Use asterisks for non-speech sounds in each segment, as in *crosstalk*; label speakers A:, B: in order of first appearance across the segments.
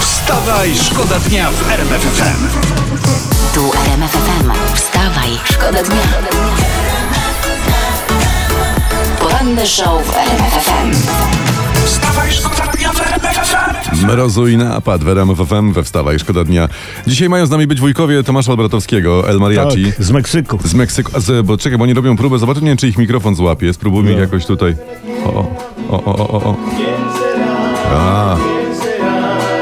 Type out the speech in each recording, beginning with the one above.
A: Wstawaj, szkoda dnia w RMF FM.
B: Tu RMF FM. Wstawaj, szkoda dnia. Poranny show w RMF FM.
A: Wstawaj, szkoda dnia w RMF FM.
C: Mrozu i napad w RMF FM we Wstawaj, szkoda dnia. Dzisiaj mają z nami być wujkowie Tomasza Albratowskiego, El Mariachi.
D: Tak, z Meksyku.
C: Z Meksyku, z, bo czekaj, bo oni robią próbę, zobaczę, nie wiem, czy ich mikrofon złapie, spróbujmy
D: No.
C: ich jakoś tutaj. O, o, o, o, o, o. A.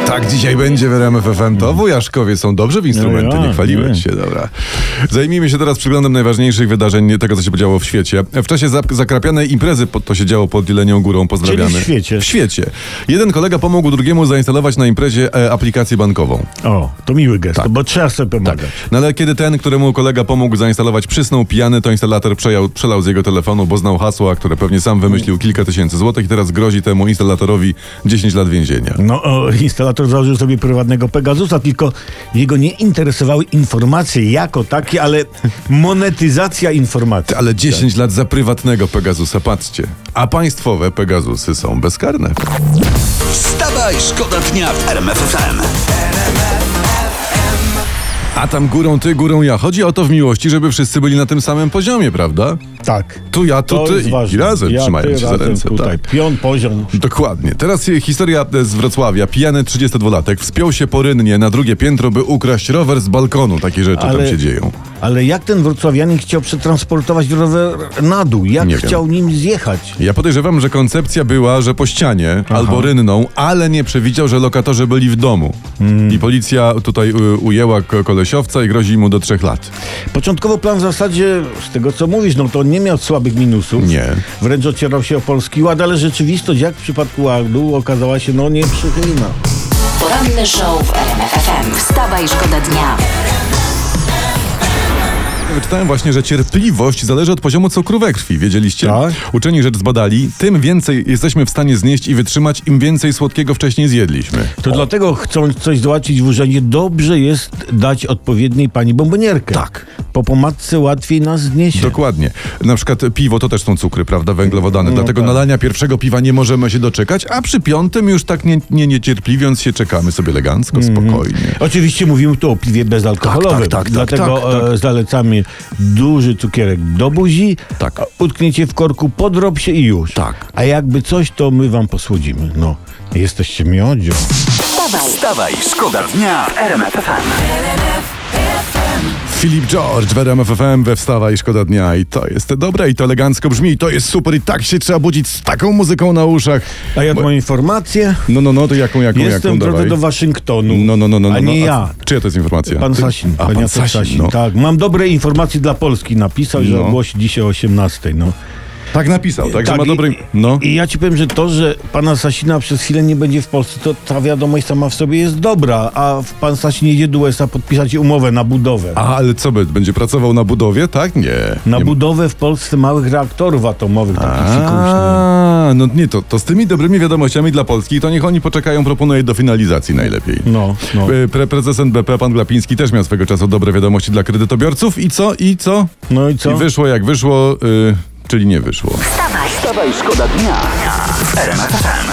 C: Tak dzisiaj będzie w RMF FM. To wujaszkowie są dobrze w instrumenty,
D: Mm. No ja,
C: nie chwaliłeś
D: nie.
C: się, dobra. Zajmijmy się teraz przyglądem najważniejszych wydarzeń, tego co się podziało w świecie. W czasie zap- zakrapianej imprezy pod- to się działo pod Jelenią Górą, pozdrawiamy.
D: Czyli w świecie.
C: W świecie. Jeden kolega pomógł drugiemu zainstalować na imprezie e, aplikację bankową.
D: O, to miły gest,
C: Tak.
D: bo trzeba sobie pomagać.
C: No ale kiedy ten, któremu kolega pomógł zainstalować, przysnął pijany, to instalator przejął, przelał z jego telefonu, bo znał hasła, które pewnie sam wymyślił kilka tysięcy złotych i teraz grozi temu installatorowi 10 lat więzienia.
D: No, o, instalator założył sobie prywatnego Pegasusa, tylko jego nie interesowały informacje jako takie, ale monetyzacja informacji.
C: Ale 10 lat za prywatnego Pegasusa, patrzcie. A państwowe Pegasusy są bezkarne.
A: Wstawaj, szkoda dnia w RMF FM.
C: A tam górą ty, górą ja. Chodzi o to w miłości, żeby wszyscy byli na tym samym poziomie, prawda?
D: Tak.
C: Tu ja, tu ty
D: jest
C: i,
D: ważne.
C: i razem
D: ja,
C: trzymają
D: ty
C: się za
D: razem
C: ręce.
D: Tutaj.
C: Tak.
D: Pion, poziom.
C: Dokładnie. Teraz e, historia e, z Wrocławia. Pijany 32-latek wspiął się porynnie na drugie piętro, by ukraść rower z balkonu. Takie rzeczy tam się dzieją.
D: Ale jak ten wrocławianin chciał przetransportować rower na dół? Jak
C: Nie wiem.
D: chciał nim zjechać?
C: Ja podejrzewam, że koncepcja była, że po ścianie albo rynną, ale nie przewidział, że lokatorzy byli w domu.
D: Hmm.
C: I policja tutaj y, ujęła ko- kolesiowca i grozi mu do trzech lat.
D: Początkowo plan w zasadzie, z tego co mówisz, no to nie miał słabych minusów.
C: Nie.
D: Wręcz ocierał się o Polski Ład, ale rzeczywistość, jak w przypadku Ładu, okazała się no nieprzychylna.
B: Poranny show w RMF FM. Wstawaj, szkoda dnia.
C: Wyczytałem właśnie, że cierpliwość zależy od poziomu cukru we krwi. Wiedzieliście?
D: Tak.
C: Uczeni rzecz zbadali, tym więcej jesteśmy w stanie znieść i wytrzymać, im więcej słodkiego wcześniej zjedliśmy.
D: To dlatego chcąc coś załatwić w urzędzie, dobrze jest dać odpowiedniej pani bombonierkę. Tak. Po pomadce łatwiej nas zniesie.
C: Dokładnie. Na przykład piwo to też są cukry, prawda? Węglowodany.
D: No
C: Dlatego
D: tak.
C: nalania pierwszego piwa nie możemy się doczekać, a przy piątym już tak nie, nie niecierpliwiąc się czekamy sobie elegancko,
D: Mhm.
C: spokojnie.
D: Oczywiście mówimy tu o piwie
C: Tak,
D: bezalkoholowym.
C: tak, tak, tak,
D: dlatego
C: tak, tak.
D: e, zalecamy duży cukierek do buzi,
C: Tak.
D: a utkniecie w korku, podrob się i już.
C: Tak.
D: A jakby coś, to my wam posłodzimy. No, jesteście miodzią.
B: Wstawaj,
A: Wstawaj, szkoda dnia w RMF FM.
C: Filip George w RMF FM we Wstawa i Szkoda Dnia. I to jest dobre, i to elegancko brzmi, i to jest super, i tak się trzeba budzić z taką muzyką na uszach.
D: A ja moje informacje.
C: No, no, no, to jaką, jaką,
D: Jestem
C: jaką,
D: w drodze
C: dawaj.
D: do Waszyngtonu.
C: No, no, no, no, no.
D: A nie
C: no,
D: ja.
C: Czyja to jest informacja?
D: Pan
C: Ty-
D: Sasin.
C: A, pan
D: Jacek
C: Sasin, no.
D: Tak, mam dobre informacje dla Polski. Napisał, że
C: No.
D: ogłosi dzisiaj o 18. No.
C: Tak napisał, tak, że ma
D: i-
C: dobry... No.
D: I ja ci powiem, że to, że pana Sasina przez chwilę nie będzie w Polsce, to ta wiadomość sama w sobie jest dobra, a w- pan Sasin jedzie do USA podpisać umowę na budowę.
C: A, ale co, by- będzie pracował na budowie? Tak? Nie.
D: na
C: nie
D: budowę w Polsce małych reaktorów atomowych, takich sikuśnych.
C: A, no nie, to, to z tymi dobrymi wiadomościami dla Polski, to niech oni poczekają, proponuję do finalizacji najlepiej.
D: No, no.
C: E, Pre prezes NBP, pan Glapiński, też miał swego czasu dobre wiadomości dla kredytobiorców i co, i co?
D: No i co?
C: I wyszło jak wyszło, y, czyli nie wyszło.
B: wstawaj.
A: Wstawaj, szkoda dnia w RMF FM.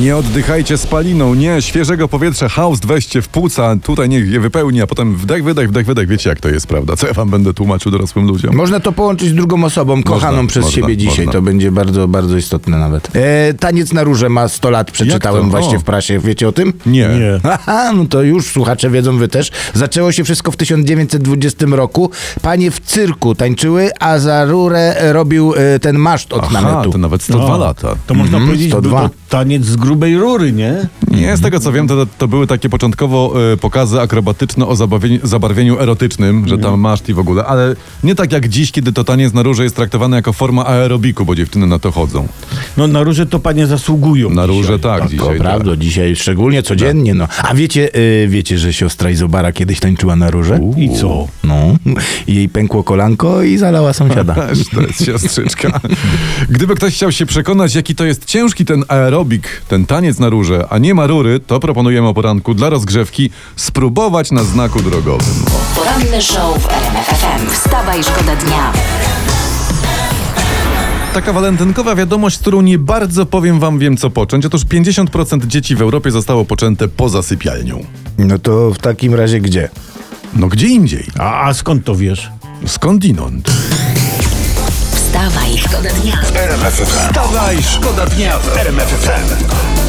C: Nie oddychajcie spaliną, nie, świeżego powietrza, haust weźcie w płuca, tutaj niech je wypełni, a potem wdech, wydech, wdech, wydech, wiecie jak to jest, prawda? Co ja wam będę tłumaczył dorosłym ludziom?
D: No,
E: Można to połączyć z drugą osobą, kochaną przez
C: można,
E: siebie dzisiaj.
C: można.
E: To będzie bardzo, bardzo istotne nawet. E, taniec na róże ma 100 lat,
C: to?
E: przeczytałem
C: O.
E: właśnie w prasie. Wiecie o tym?
C: Nie.
D: Nie.
E: Aha, no to już słuchacze wiedzą, wy też. Zaczęło się wszystko w 1920 roku. Panie w cyrku tańczyły, a za rurę robił e, ten maszt od
C: Aha,
E: nametu.
C: to nawet 102
D: No.
C: lata.
D: To można
E: Mhm,
D: powiedzieć, był
E: 102.
D: to taniec z grubej rury, nie?
C: Nie, z tego co wiem, to, to były takie początkowo e, pokazy akrobatyczne o zabawieniu, zabarwieniu erotycznym, że tam masz i w ogóle, ale nie tak jak dziś, kiedy to taniec na róże jest traktowany jako forma aerobiku, bo dziewczyny na to chodzą.
D: No na róże to panie zasługują.
C: Na róże tak,
E: No To
C: dzisiaj. Tak.
E: prawda, dzisiaj szczególnie codziennie. No. A wiecie, y, wiecie, że siostra Izobara kiedyś tańczyła na róże?
D: I co?
E: No. I jej pękło kolanko i zalała
C: *laughs*
E: sąsiada.
C: *laughs* Też to jest siostrzyczka. Gdyby ktoś chciał się przekonać, jaki to jest ciężki ten aerobik, ten taniec na róże, a nie ma rury, to proponujemy o poranku dla rozgrzewki spróbować na znaku drogowym.
B: Poranny show w RMFFM. Wstawa i szkoda dnia.
C: Taka walentynkowa wiadomość, z którą nie bardzo powiem wam wiem co począć. Otóż 50% dzieci w Europie zostało poczęte poza sypialnią.
E: No to w takim razie gdzie?
C: No gdzie indziej?
D: A, a skąd to wiesz?
C: Skądinąd?
B: Wstawa i szkoda dnia.
A: Wstawaj, szkoda dnia w RMF FM.